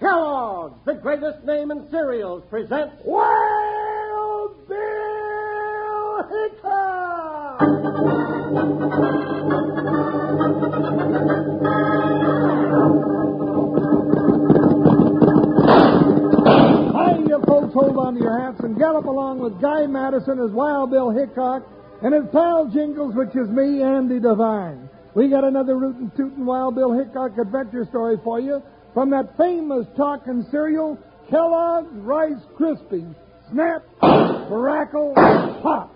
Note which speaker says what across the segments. Speaker 1: Kellogg's, the greatest name in cereals, presents Wild Bill Hickok!
Speaker 2: Hi, you folks, hold on to your hats and gallop along with Guy Madison as Wild Bill Hickok and his pal Jingles, which is me, Andy Devine. We got another rootin' tootin' Wild Bill Hickok adventure story for you from that famous talking cereal, Kellogg's Rice Krispies. Snap, crackle, pop.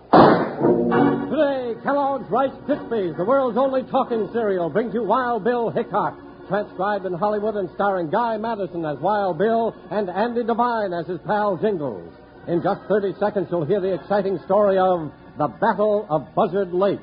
Speaker 1: Today, Kellogg's Rice Krispies, the world's only talking cereal, brings you Wild Bill Hickok, transcribed in Hollywood and starring Guy Madison as Wild Bill and Andy Devine as his pal Jingles. In just 30 seconds, you'll hear the exciting story of the Battle of Buzzard Lake.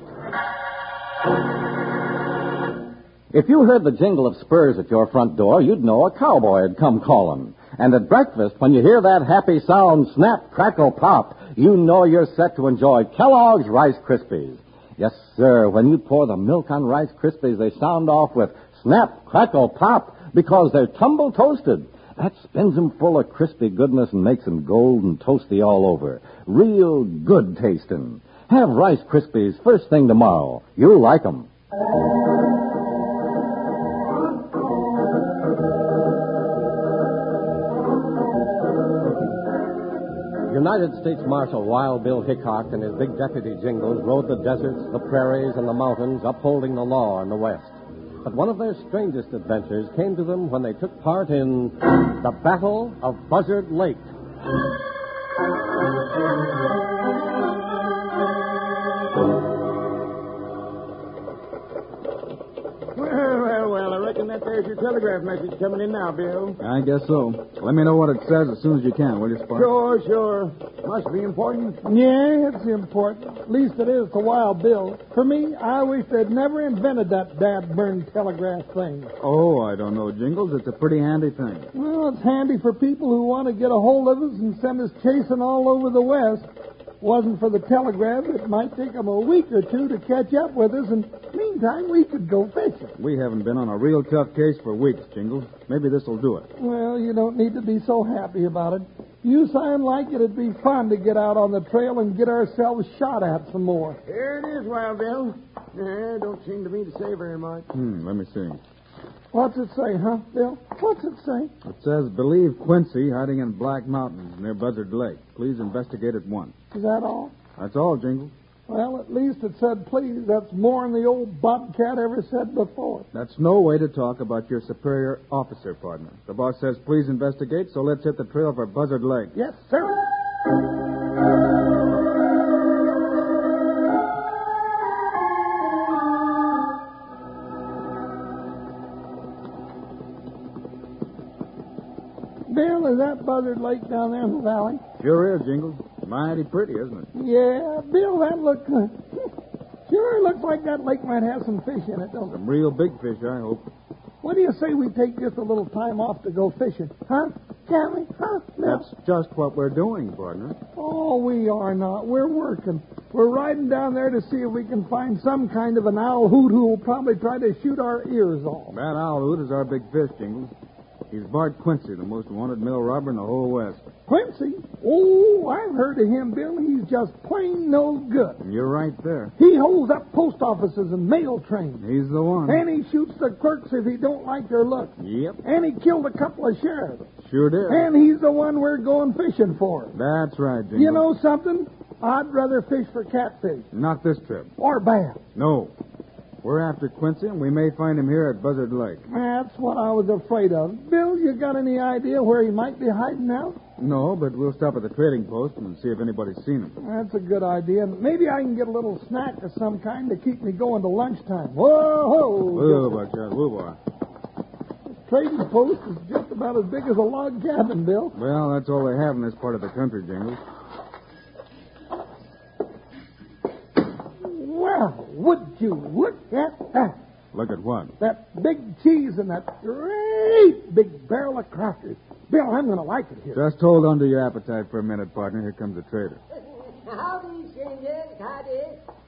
Speaker 3: If you heard the jingle of spurs at your front door, you'd know a cowboy had come calling. And at breakfast, when you hear that happy sound, snap, crackle, pop, you know you're set to enjoy Kellogg's Rice Krispies. Yes, sir, when you pour the milk on Rice Krispies, they sound off with snap, crackle, pop, because they're tumble toasted. That spins 'em full of crispy goodness and makes 'em golden toasty all over. Real good tasting. Have Rice Krispies first thing tomorrow. You'll like 'em.
Speaker 1: United States Marshal Wild Bill Hickok and his big deputy Jingles rode the deserts, the prairies, and the mountains, upholding the law in the West. But one of their strangest adventures came to them when they took part in the Battle of Buzzard Lake.
Speaker 4: Well, well, well, I reckon that there's your telegraph message coming in now, Bill.
Speaker 2: I guess so. Let me know what it says as soon as you can, will you, Spark?
Speaker 4: Sure, sure. Must be important.
Speaker 2: Yeah, it's important. At least it is to Wild Bill. For me, I wish they'd never invented that dad burned telegraph thing.
Speaker 4: Oh, I don't know, Jingles. It's a pretty handy thing.
Speaker 2: Well, it's handy for people who want to get a hold of us and send us chasing all over the West. Wasn't for the telegraph, it might take 'em a week or two to catch up with us, and meantime, we could go fishing.
Speaker 4: We haven't been on a real tough case for weeks, Jingles. Maybe this'll do it.
Speaker 2: Well, you don't need to be so happy about it. You sound like it'd be fun to get out on the trail and get ourselves shot at some more.
Speaker 4: Here it is, Wild Bill. Yeah, don't seem to me to say very much. Hmm, let me see.
Speaker 2: What's it say, huh, Bill? What's it say?
Speaker 4: It says, believe Quincy hiding in Black Mountains near Buzzard Lake. Please investigate at once.
Speaker 2: Is that all?
Speaker 4: That's all, Jingles.
Speaker 2: Well, at least it said please. That's more than the old bobcat ever said before.
Speaker 4: That's no way to talk about your superior officer, partner. The boss says, please investigate, so let's hit the trail for Buzzard Lake.
Speaker 2: Yes, sir. Bill, is that Buzzard Lake down there in the valley?
Speaker 4: Sure is, Jingles. Mighty pretty, isn't it?
Speaker 2: Yeah, Bill, that look. sure looks like that lake might have some fish in it, don't it?
Speaker 4: Some real big fish, I hope.
Speaker 2: What do you say we take just a little time off to go fishing? Huh? Can we? Huh? Bill?
Speaker 4: That's just what we're doing, partner.
Speaker 2: Oh, we are not. We're working. We're riding down there to see if we can find some kind of an owl hoot who will probably try to shoot our ears off.
Speaker 4: That owl is our big fish, Jingles. He's Bart Quincy, the most wanted mill robber in the whole West.
Speaker 2: Quincy? Oh, I've heard of him, Bill. He's just plain no good.
Speaker 4: And you're right there.
Speaker 2: He holds up post offices and mail trains.
Speaker 4: He's the one.
Speaker 2: And he shoots the clerks if he don't like their looks.
Speaker 4: Yep,
Speaker 2: And he killed a couple of sheriffs.
Speaker 4: sure did.
Speaker 2: And he's the one we're going fishing for.
Speaker 4: That's right, Jingles.
Speaker 2: You know something? I'd rather fish for catfish
Speaker 4: Not this trip.
Speaker 2: or bass.
Speaker 4: No. We're after Quincy, and we may find him here at Buzzard Lake.
Speaker 2: That's what I was afraid of. Bill, you got any idea where he might be hiding out?
Speaker 4: No, but we'll stop at the trading post and see if anybody's seen him.
Speaker 2: That's a good idea. Maybe I can get a little snack of some kind to keep me going to lunchtime. Whoa,
Speaker 4: Whoa, Buckshot, whoa, boy.
Speaker 2: Trading post is just about as big as a log cabin, Bill.
Speaker 4: Well, that's all they have in this part of the country, Jingles.
Speaker 2: Well, would you look at that?
Speaker 4: Look at what?
Speaker 2: That big cheese and that great big barrel of crackers. Bill, I'm going to like it here.
Speaker 4: Just hold on to your appetite for a minute, partner. Here comes the trader.
Speaker 5: Howdy, Shingles. Howdy.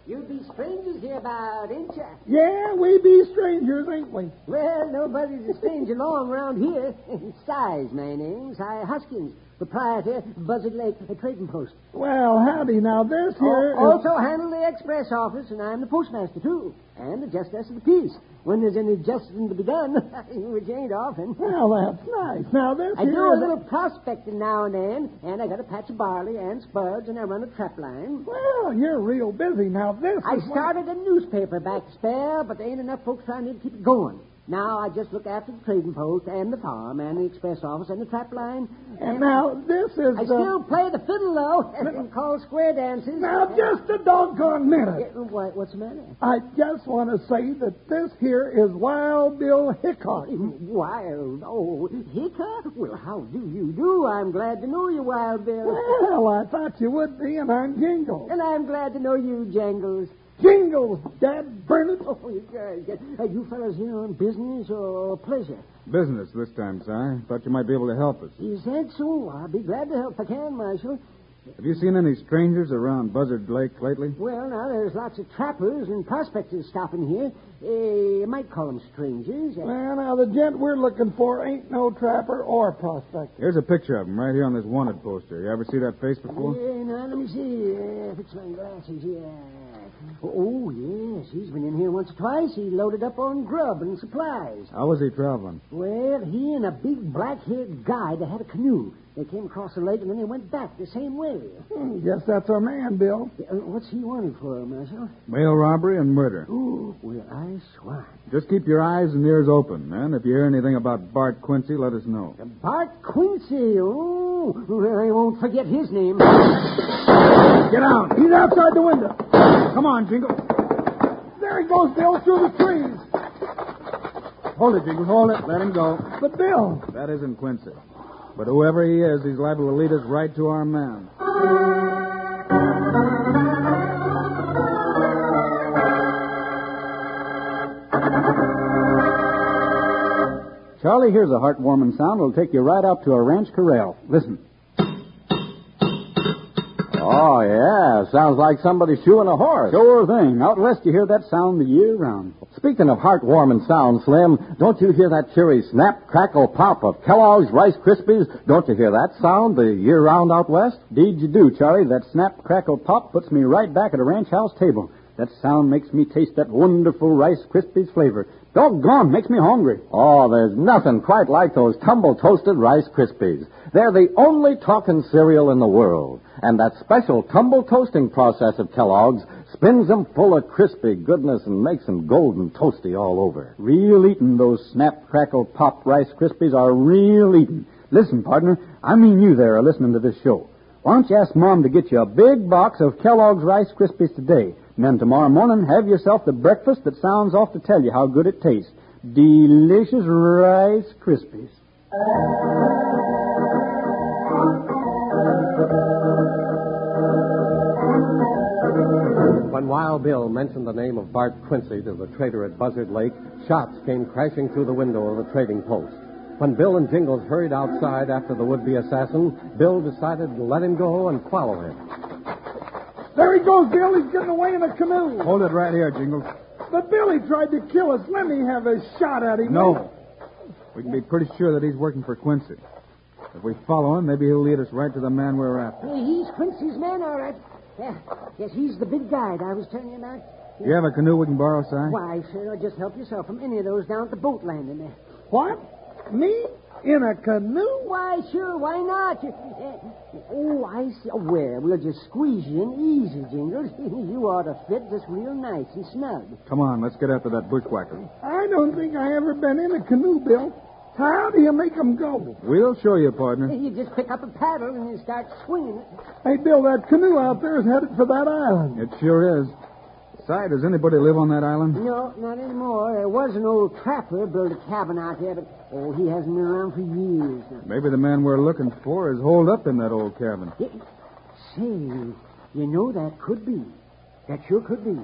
Speaker 5: You'd be strangers here about, ain't ya?
Speaker 2: Yeah, we be strangers, ain't we?
Speaker 5: Well, nobody's a stranger long around here. Styes, my name's. I Hoskins, proprietor, Buzzard Lake a Trading Post.
Speaker 2: Well, howdy. Now, this here is-
Speaker 5: Al- also handle the express office, and I'm the postmaster, too. And the justice of the peace. When there's any justice to be done, which ain't often.
Speaker 2: Well, that's nice. Now, this
Speaker 5: I do
Speaker 2: here
Speaker 5: a
Speaker 2: is-
Speaker 5: little prospecting now and then, and I got a patch of barley and spuds, and I run a trap line.
Speaker 2: Well, you're real busy. Now, this
Speaker 5: I
Speaker 2: is one-
Speaker 5: started a newspaper back spare, but there ain't enough folks around here to keep it going. Now I just look after the trading post and the farm and the express office and the trap line.
Speaker 2: And now, this is
Speaker 5: I
Speaker 2: the...
Speaker 5: still play the fiddle though, and call square dances.
Speaker 2: Now, just a doggone minute.
Speaker 5: Yeah, why, what's the matter?
Speaker 2: I just want to say that this here is Wild Bill Hickok.
Speaker 5: Wild, oh, Hickok? Well, how do you do? I'm glad to know you, Wild Bill.
Speaker 2: Well, I thought you would be, and I'm Jingles.
Speaker 5: And I'm glad to know you, Jangles.
Speaker 2: Jingles, Dad Bernard.
Speaker 5: Oh, you guys, are you fellas here on business or pleasure?
Speaker 4: Business this time, Si. Thought you might be able to help us.
Speaker 5: Is that so? I'll be glad to help if I can, Marshal.
Speaker 4: Have you seen any strangers around Buzzard Lake lately?
Speaker 5: Well, now, there's lots of trappers and prospectors stopping here. Eh, you might call them strangers. Uh,
Speaker 2: Well, now, the gent we're looking for ain't no trapper or prospector.
Speaker 4: Here's a picture of him right here on this wanted poster. You ever see that face before?
Speaker 5: Yeah, eh, now, let me see. Uh, fix my glasses, yeah. Oh, yes, he's been in here once or twice. He loaded up on grub and supplies.
Speaker 4: How was he traveling?
Speaker 5: Well, he and a big black-haired guy that had a canoe. They came across the lake and then they went back the same way.
Speaker 2: Hmm, guess that's our man, Bill.
Speaker 5: Uh, what's he wanted for, Marshal?
Speaker 4: Mail robbery and murder.
Speaker 5: Ooh, well, I swan.
Speaker 4: Just keep your eyes and ears open, and if you hear anything about Bart Quincy, let us know.
Speaker 5: Bart Quincy. Oh, well, I won't forget his name.
Speaker 2: Get out. He's outside the window. Come on, Jingles. There he goes, Bill, through the trees.
Speaker 4: Hold it, Jingles. Hold it. Let him go.
Speaker 2: But, Bill,
Speaker 4: That isn't Quincy. But whoever he is, he's liable to lead us right to our man.
Speaker 6: Charlie, here's a heartwarming sound that'll take you right out to a ranch corral. Listen.
Speaker 3: Oh, yeah. Sounds like somebody shoeing a horse.
Speaker 6: Sure thing. Out west, you hear that sound the year round.
Speaker 3: Speaking of heartwarming sounds, Slim, don't you hear that cheery snap, crackle, pop of Kellogg's Rice Krispies? Don't you hear that sound the year round out west?
Speaker 6: Deed you do, Charlie. That snap, crackle, pop puts me right back at a ranch house table. That sound makes me taste that wonderful Rice Krispies flavor. Doggone, makes me hungry.
Speaker 3: Oh, there's nothing quite like those tumble toasted Rice Krispies. They're the only talking cereal in the world. And that special tumble toasting process of Kellogg's spins them full of crispy goodness and makes them golden toasty all over.
Speaker 6: Real eatin', those snap, crackle, pop Rice Krispies are real eatin'. Listen, partner, I mean you there are listening to this show. Why don't you ask Mom to get you a big box of Kellogg's Rice Krispies today, and then tomorrow morning have yourself the breakfast that sounds off to tell you how good it tastes. Delicious Rice Krispies.
Speaker 1: When Wild Bill mentioned the name of Bart Quincy to the trader at Buzzard Lake, shots came crashing through the window of the trading post. When Bill and Jingles hurried outside after the would-be assassin, Bill decided to let him go and follow him.
Speaker 2: there he goes, Bill. He's getting away in a canoe.
Speaker 4: Hold it right here, Jingles.
Speaker 2: But Billy tried to kill us. Let me have a shot at him.
Speaker 4: No. We can be pretty sure that he's working for Quincy. If we follow him, maybe he'll lead us right to the man we're after.
Speaker 5: Hey, he's Quincy's man, all right. Yeah. Yes, he's the big guy that I was telling you about.
Speaker 4: You have a canoe we can borrow, Si?
Speaker 5: Why, sure, just help yourself from any of those down at the boat landing there.
Speaker 2: What? Me? In a canoe?
Speaker 5: Why, sure, why not? You- eh, Oh, I see. Oh, Well, we'll just squeeze you in easy, Jingles. you ought to fit just real nice and snug.
Speaker 4: Come on, let's get after that bushwhacker.
Speaker 2: I don't think I ever been in a canoe, Bill. How do you make 'em go?
Speaker 4: We'll show you, partner.
Speaker 5: You just pick up a paddle and you start swinging it.
Speaker 2: Hey, Bill, that canoe out there is headed for that island.
Speaker 4: It sure is. Si, does anybody live on that island?
Speaker 5: No, not anymore. There was an old trapper built a cabin out here, but oh, he hasn't been around for years now.
Speaker 4: Maybe the man we're looking for is holed up in that old cabin.
Speaker 5: Yeah, Say, you know that could be. That sure could be.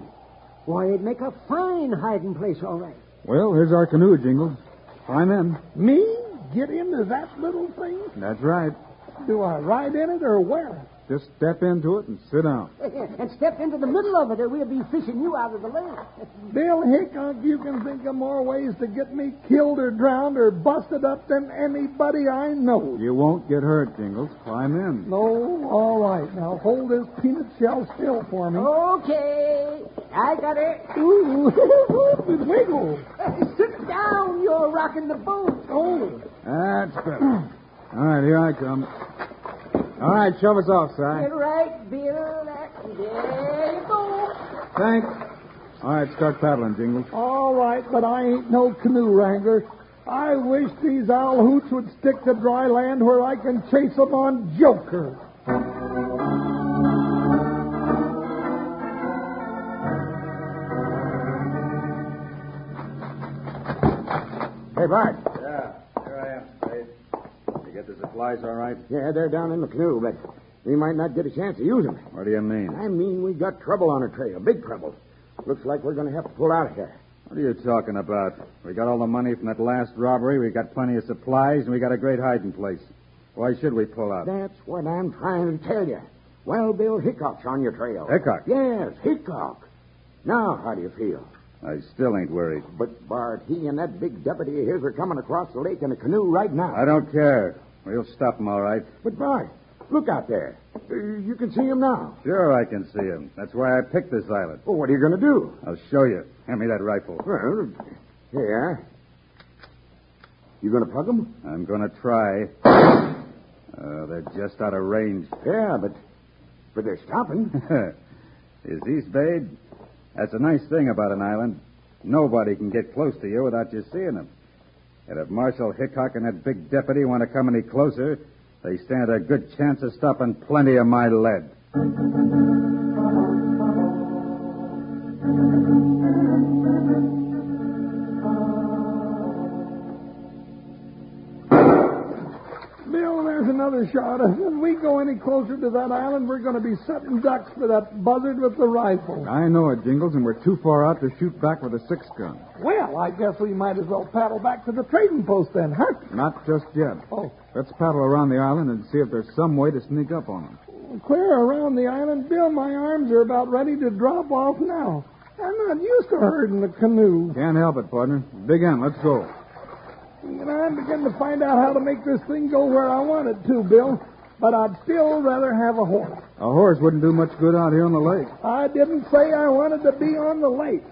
Speaker 5: Why, it'd make a fine hiding place, all right.
Speaker 4: Well, here's our canoe, Jingles. Climb in.
Speaker 2: Me? Get into that little thing?
Speaker 4: That's right.
Speaker 2: Do I ride in it or wear it?
Speaker 3: Just step into it and sit down.
Speaker 5: and step into the middle of it, or we'll be fishing you out of the lake.
Speaker 2: Bill Hickok, you can think of more ways to get me killed or drowned or busted up than anybody I know.
Speaker 3: You won't get hurt, Jingles. Climb in.
Speaker 2: No, all right. Now hold this peanut shell still for me.
Speaker 5: Okay, I got it.
Speaker 2: Ooh, it wiggled.
Speaker 5: Sit down, you're rocking the boat.
Speaker 2: Oh,
Speaker 3: That's better. All right, here I come. All right, shove us off,
Speaker 5: All
Speaker 3: Si.
Speaker 5: right, Bill. that- There you go.
Speaker 3: Thanks. All right, start paddling, Jingles.
Speaker 2: all right, but I ain't no canoe wrangler. I wish these owl hoots would stick to dry land where I can chase 'em on Joker.
Speaker 1: Hey, Bart.
Speaker 3: Yeah, here I am, Spade. You get the supplies all right?
Speaker 1: Yeah, they're down in the canoe, but we might not get a chance to use them.
Speaker 3: What do you mean?
Speaker 1: I mean, we got trouble on our trail, big trouble. Looks like we're going to have to pull out of here.
Speaker 3: What are you talking about? We got all the money from that last robbery, we got plenty of supplies, and we got a great hiding place. Why should we pull out?
Speaker 1: That's what I'm trying to tell you. Well, Bill Hickok's on your trail.
Speaker 3: Hickok?
Speaker 1: Yes, Hickok. Now, how do you feel?
Speaker 3: I still ain't worried.
Speaker 1: But, Bart, he and that big deputy of his are coming across the lake in a canoe right now.
Speaker 3: I don't care. We'll stop him, all right.
Speaker 1: But, Bart, look out there. Uh, you can see him now.
Speaker 3: Sure, I can see him. That's why I picked this island.
Speaker 1: Well, what are you going to do?
Speaker 3: I'll show you. Hand me that rifle.
Speaker 1: Well, here. You going to plug him?
Speaker 3: I'm going to try. Uh, they're just out of range.
Speaker 1: Yeah, but but they're stopping.
Speaker 3: Is he, Spade? That's a nice thing about an island. Nobody can get close to you without you seeing them. And if Marshal Hickok and that big deputy want to come any closer, they stand a good chance of stopping plenty of my lead.
Speaker 2: Bill, there's another shot. If we go any closer to that island, we're going to be setting ducks for that buzzard with the rifle.
Speaker 3: I know it, Jingles, and we're too far out to shoot back with a six gun.
Speaker 2: Well, I guess we might as well paddle back to the trading post then, huh?
Speaker 3: Not just yet.
Speaker 2: Oh,
Speaker 3: Let's paddle around the island and see if there's some way to sneak up on them.
Speaker 2: clear around the island, Bill. My arms are about ready to drop off now. I'm not used to herding the canoe.
Speaker 3: Can't help it, partner. Big M, let's go.
Speaker 2: You know, I'm beginning to find out how to make this thing go where I want it to, Bill. But I'd still rather have a horse.
Speaker 3: A horse wouldn't do much good out here on the lake.
Speaker 2: I didn't say I wanted to be on the lake.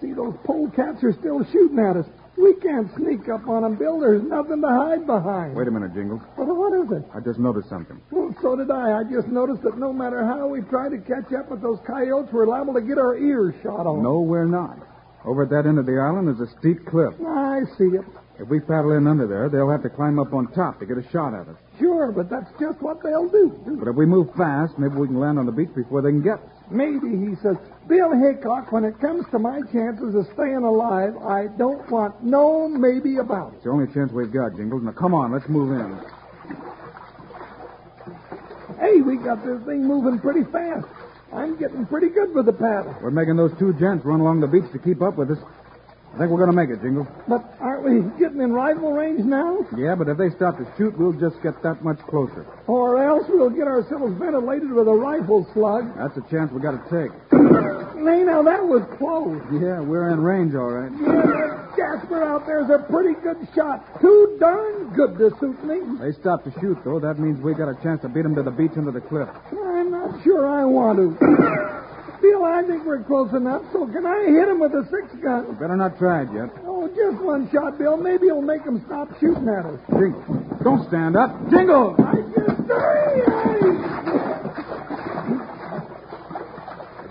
Speaker 2: See, those polecats are still shooting at us. We can't sneak up on 'em, Bill. There's nothing to hide behind.
Speaker 3: Wait a minute, Jingles.
Speaker 2: But what is it?
Speaker 3: I just noticed something.
Speaker 2: Well, so did I. I just noticed that no matter how we try to catch up with those coyotes, we're liable to get our ears shot off.
Speaker 3: No, we're not. Over at that end of the island is a steep cliff.
Speaker 2: I see it.
Speaker 3: If we paddle in under there, they'll have to climb up on top to get a shot at us.
Speaker 2: Sure, but that's just what they'll do.
Speaker 3: But if we move fast, maybe we can land on the beach before they can get us.
Speaker 2: Maybe, he says, Bill Hickok, when it comes to my chances of staying alive, I don't want no maybe about it.
Speaker 3: It's the only chance we've got, Jingles. Now, come on, let's move in.
Speaker 2: Hey, we got this thing moving pretty fast. I'm getting pretty good with the paddle.
Speaker 3: We're making those two gents run along the beach to keep up with us. I think we're going to make it, Jingles.
Speaker 2: But aren't we getting in rifle range now?
Speaker 3: Yeah, but if they stop to shoot, we'll just get that much closer.
Speaker 2: Or else we'll get ourselves ventilated with a rifle slug.
Speaker 3: That's a chance we got to take.
Speaker 2: Nay, now that was close.
Speaker 3: Yeah, we're in range, all right.
Speaker 2: Yeah, Jasper out there's a pretty good shot. Too darn good to suit me.
Speaker 3: They stop to shoot, though. That means we got a chance to beat them to the beach under the cliff.
Speaker 2: I'm not sure I want to. Bill, I think we're close enough, so can I hit him with a six gun?
Speaker 3: Better not try it yet.
Speaker 2: Oh, just one shot, Bill. Maybe it'll make him stop shooting at us.
Speaker 3: Jingles, don't stand up. Jingles!
Speaker 2: I just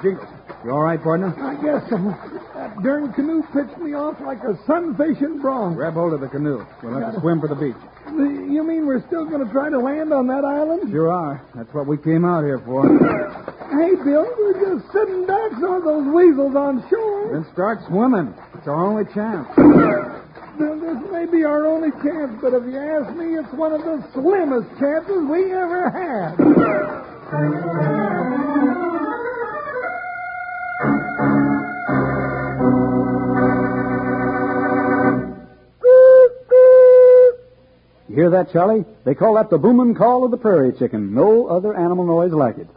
Speaker 3: Jingles, you all right, partner?
Speaker 2: I guess um, that darn canoe pitched me off like a sunfish in bronze.
Speaker 3: Grab hold of the canoe. We'll have to swim for the beach.
Speaker 2: The- You mean we're still going to try to land on that island?
Speaker 3: Sure are. That's what we came out here for.
Speaker 2: Hey, Bill, we're just sitting ducks on those weasels on shore.
Speaker 3: Then start swimming. It's our only chance.
Speaker 2: Now, this may be our only chance, but if you ask me, it's one of the slimmest chances we ever had.
Speaker 6: You hear that, Charlie? They call that the boomin' call of the prairie chicken. No other animal noise like it.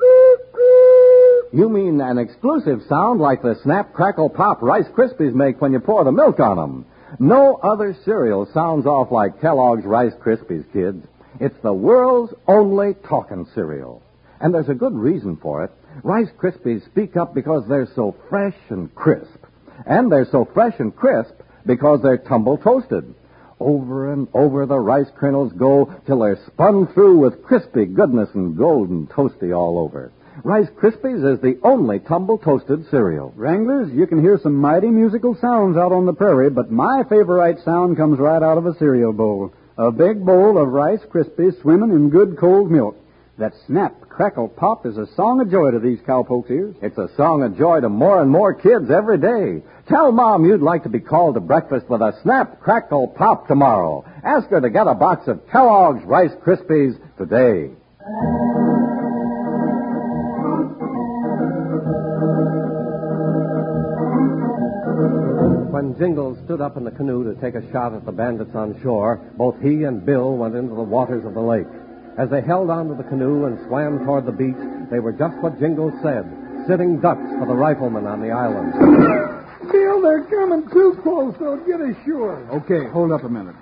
Speaker 3: You mean an exclusive sound like the snap, crackle, pop Rice Krispies make when you pour the milk on them. No other cereal sounds off like Kellogg's Rice Krispies, kids. It's the world's only talking cereal. And there's a good reason for it. Rice Krispies speak up because they're so fresh and crisp. And they're so fresh and crisp because they're tumble toasted. Over and over the rice kernels go till they're spun through with crispy goodness and golden toasty all over. Rice Krispies is the only tumble toasted cereal.
Speaker 6: Wranglers, you can hear some mighty musical sounds out on the prairie, but my favorite sound comes right out of a cereal bowl. A big bowl of Rice Krispies swimming in good cold milk. That snap, crackle, pop is a song of joy to these cowpokes' ears.
Speaker 3: It's a song of joy to more and more kids every day. Tell Mom you'd like to be called to breakfast with a snap, crackle, pop tomorrow. Ask her to get a box of Kellogg's Rice Krispies today.
Speaker 1: When Jingles stood up in the canoe to take a shot at the bandits on shore, both he and Bill went into the waters of the lake. As they held onto the canoe and swam toward the beach, they were just what Jingles said, sitting ducks for the riflemen on the island.
Speaker 2: Bill, they're coming too close. They'll get assured.
Speaker 4: Okay, hold up a minute.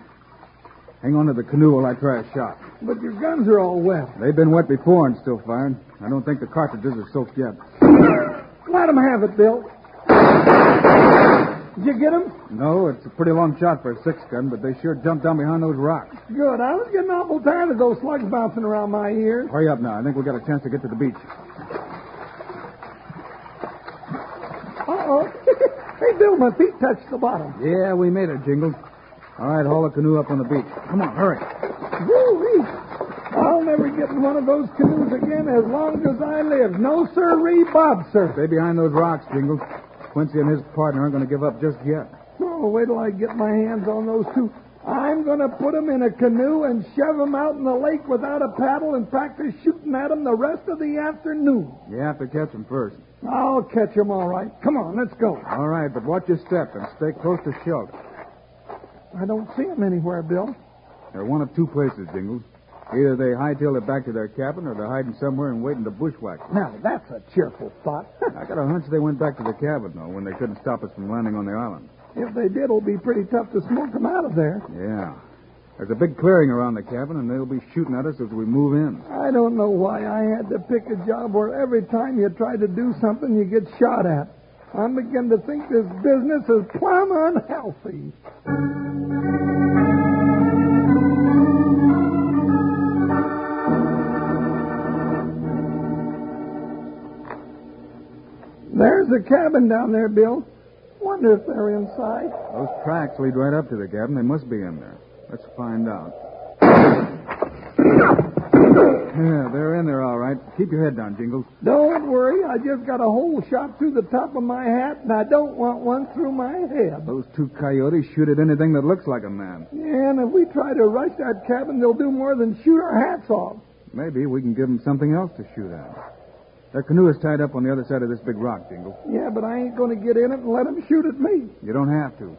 Speaker 4: Hang on to the canoe while I try a shot.
Speaker 2: But your guns are all wet.
Speaker 4: They've been wet before and still firing. I don't think the cartridges are soaked yet.
Speaker 2: Let 'em have it, Bill. Did you get 'em?
Speaker 4: No, it's a pretty long shot for a six gun, but they sure jumped down behind those rocks.
Speaker 2: Good. I was getting awful tired of those slugs bouncing around my ears.
Speaker 4: Hurry up now. I think we got a chance to get to the beach.
Speaker 2: Uh-oh. hey, Bill, my feet touched the bottom.
Speaker 4: Yeah, we made it, Jingles. All right, haul the canoe up on the beach. Come on, hurry.
Speaker 2: Woo-wee. I'll never get in one of those canoes again as long as I live. No sirree, Bob, sir.
Speaker 4: Stay behind those rocks, Jingles. Quincy and his partner aren't going to give up just yet.
Speaker 2: Oh, wait till I get my hands on those two. I'm going to put 'em in a canoe and shove 'em out in the lake without a paddle and practice shooting at 'em the rest of the afternoon.
Speaker 4: You have to catch them first.
Speaker 2: I'll catch 'em all right. Come on, let's go.
Speaker 4: All right, but watch your step and stay close to shelter.
Speaker 2: I don't see 'em anywhere, Bill.
Speaker 4: They're one of two places, Jingles. Either they hightail it back to their cabin or they're hiding somewhere and waiting to bushwhack. us.
Speaker 2: Now, that's a cheerful thought.
Speaker 4: I got a hunch they went back to the cabin, though, when they couldn't stop us from landing on the island.
Speaker 2: if they did, it'll be pretty tough to smoke 'em out of there.
Speaker 4: Yeah. There's a big clearing around the cabin, and they'll be shooting at us as we move in.
Speaker 2: I don't know why I had to pick a job where every time you try to do something, you get shot at. I'm beginning to think this business is plumb unhealthy. There's a cabin down there, Bill. Wonder if they're inside.
Speaker 4: Those tracks lead right up to the cabin. They must be in there. Let's find out. Yeah, they're in there all right. Keep your head down, Jingles.
Speaker 2: Don't worry, I just got a hole shot through the top of my hat, and I don't want one through my head.
Speaker 4: Those two coyotes shoot at anything that looks like a man.
Speaker 2: Yeah, and if we try to rush that cabin, they'll do more than shoot our hats off.
Speaker 4: Maybe we can give them something else to shoot at. Their canoe is tied up on the other side of this big rock, Jingles.
Speaker 2: Yeah, but I ain't going to get in it and let 'em shoot at me.
Speaker 4: You don't have to.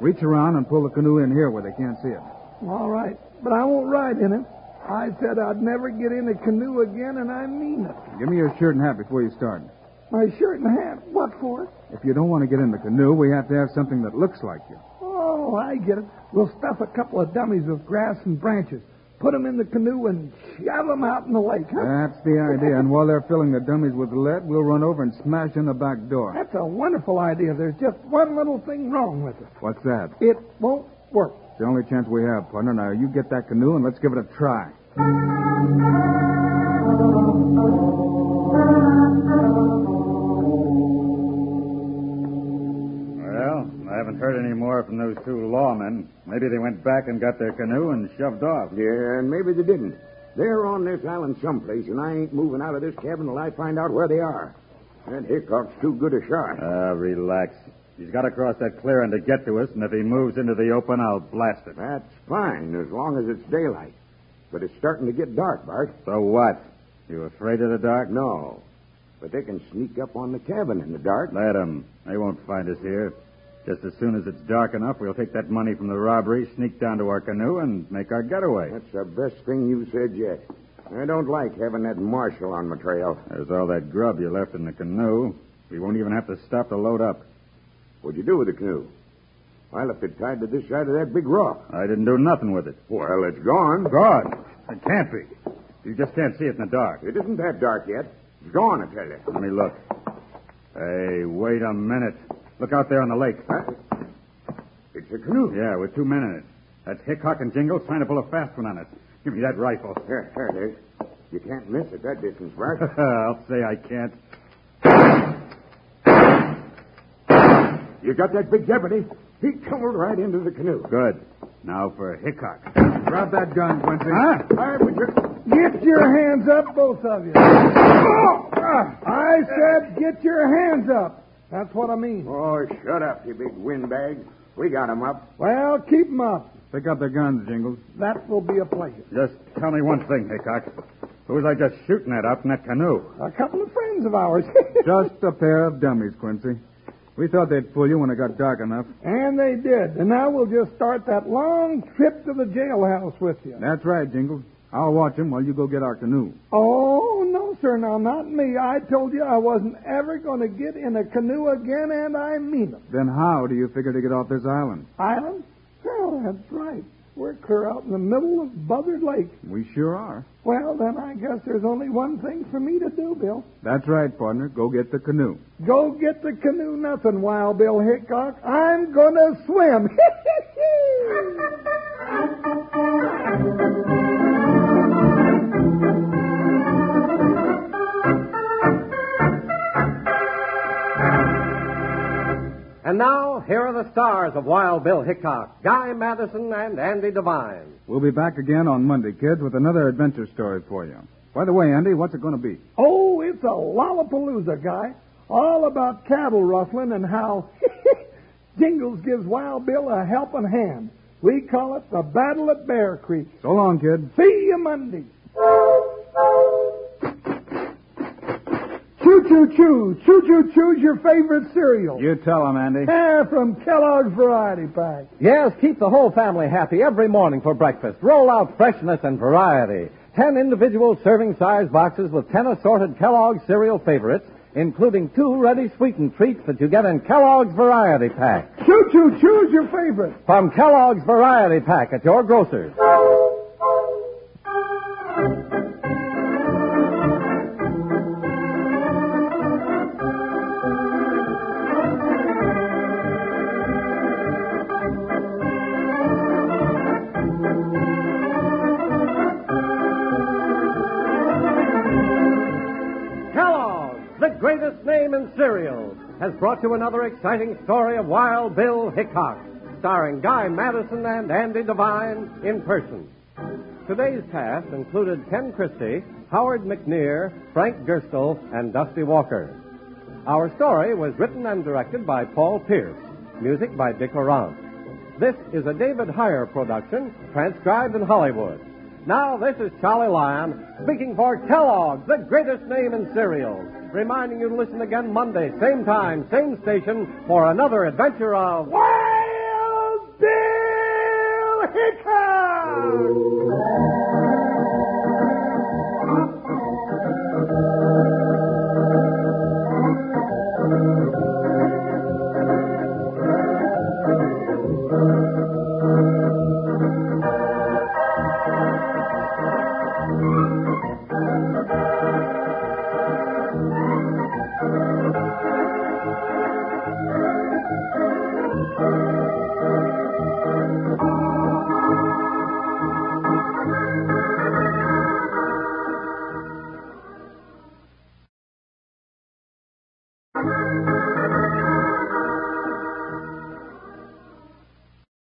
Speaker 4: Reach around and pull the canoe in here where they can't see it.
Speaker 2: All right, but I won't ride in it. I said I'd never get in a canoe again, and I mean it.
Speaker 4: Give me your shirt and hat before you start.
Speaker 2: My shirt and hat, what for?
Speaker 4: If you don't want to get in the canoe, we have to have something that looks like you.
Speaker 2: Oh, I get it. We'll stuff a couple of dummies with grass and branches, put 'em in the canoe, and shove 'em out in the lake. Huh?
Speaker 4: That's the idea. And while they're filling the dummies with lead, we'll run over and smash in the back door.
Speaker 2: That's a wonderful idea. There's just one little thing wrong with it.
Speaker 4: What's that?
Speaker 2: It won't work.
Speaker 4: It's the only chance we have, partner. Now you get that canoe and let's give it a try. Well, I haven't heard any more from those two lawmen. Maybe they went back and got their canoe and shoved off.
Speaker 7: Yeah, and maybe they didn't. They're on this island someplace, and I ain't moving out of this cabin till I find out where they are. That Hickok's too good a
Speaker 3: Uh.
Speaker 7: shot.
Speaker 4: Ah, relax. He's got to cross that clearing to get to us, and if he moves into the open, I'll blast him.
Speaker 7: That's fine, as long as it's daylight. But it's starting to get dark, Bart.
Speaker 4: So what? You afraid of the dark?
Speaker 7: No. But they can sneak up on the cabin in the dark.
Speaker 4: Let 'em. They won't find us here. Just as soon as it's dark enough, we'll take that money from the robbery, sneak down to our canoe, and make our getaway.
Speaker 1: That's the best thing you said yet. I don't like having that marshal on my trail.
Speaker 4: There's all that grub you left in the canoe. We won't even have to stop to load up.
Speaker 1: What'd you do with the canoe? I left it tied to this side of that big rock.
Speaker 4: I didn't do nothing with it.
Speaker 1: Well, it's gone.
Speaker 4: God, it can't be. You just can't see it in the dark.
Speaker 1: It isn't that dark yet. It's gone, I tell you.
Speaker 4: Let me look. Hey, wait a minute. Look out there on the lake.
Speaker 1: Huh? It's a canoe.
Speaker 4: Yeah, with two men in it. That's Hickok and Jingles trying to pull a fast one on us. Give me that rifle.
Speaker 1: Here, there it is. You can't miss it that distance, Bart.
Speaker 4: I'll say I can't.
Speaker 1: you got that big deputy? He tumbled right into the canoe.
Speaker 4: Good. Now for Hickok.
Speaker 1: Grab that gun, Quincy.
Speaker 4: Huh?
Speaker 1: I would ju-
Speaker 2: Get your hands up, both of you. Oh, I said, get your hands up. That's what I mean.
Speaker 1: Oh, shut up, you big windbag. We got him up.
Speaker 2: Well, keep 'em up.
Speaker 4: Pick up the guns, Jingles.
Speaker 2: That will be a pleasure.
Speaker 4: Just tell me one thing, Hickok. Who was I just shooting at out in that canoe?
Speaker 2: A couple of friends of ours.
Speaker 4: Just a pair of dummies, Quincy. We thought they'd fool you when it got dark enough.
Speaker 2: and they did. And now we'll just start that long trip to the jailhouse with you.
Speaker 4: That's right, Jingles. I'll watch them while you go get our canoe.
Speaker 2: Oh, no, sir. Now, not me. I told you I wasn't ever going to get in a canoe again, and I mean it.
Speaker 4: Then how do you figure to get off this island?
Speaker 2: Island? Well, that's right. We're clear out in the middle of Buzzard Lake.
Speaker 4: We sure are.
Speaker 2: Well, then I guess there's only one thing for me to do, Bill.
Speaker 4: That's right, partner. Go get the canoe.
Speaker 2: Go get the canoe nothing, Wild Bill Hickok. I'm going to swim.
Speaker 3: And now, here are the stars of Wild Bill Hickok, Guy Madison and Andy Devine.
Speaker 4: We'll be back again on Monday, kids, with another adventure story for you. By the way, Andy, what's it going to be?
Speaker 2: oh, it's a Lollapalooza, guy. All about cattle rustling and how Jingles gives Wild Bill a helping hand. We call it the Battle at Bear Creek.
Speaker 4: So long, kid.
Speaker 2: See you Monday. Choo choo choo. Choo choo choo's your favorite cereal.
Speaker 4: You tell him, Andy.
Speaker 2: Yeah, from Kellogg's Variety Pack.
Speaker 8: Yes, keep the whole family happy every morning for breakfast. Roll out freshness and variety. Ten individual serving size boxes with ten assorted Kellogg's cereal favorites, including two ready sweetened treats that you get in Kellogg's Variety Pack.
Speaker 2: Choo choo choo's your favorite.
Speaker 8: From Kellogg's Variety Pack at your grocer's.
Speaker 3: Kellogg's, the greatest name in cereals, has brought you another exciting story of Wild Bill Hickok, starring Guy Madison and Andy Devine in person. Today's cast included Ken Christie, Howard McNear, Frank Gerstle, and Dusty Walker. Our story was written and directed by Paul Pierce, music by Dick Orant. This is a David Heyer production, transcribed in Hollywood. Now, this is Charlie Lyon speaking for Kellogg, the greatest name in cereals, reminding you to listen again Monday, same time, same station, for another adventure of Wild Bill Hickok!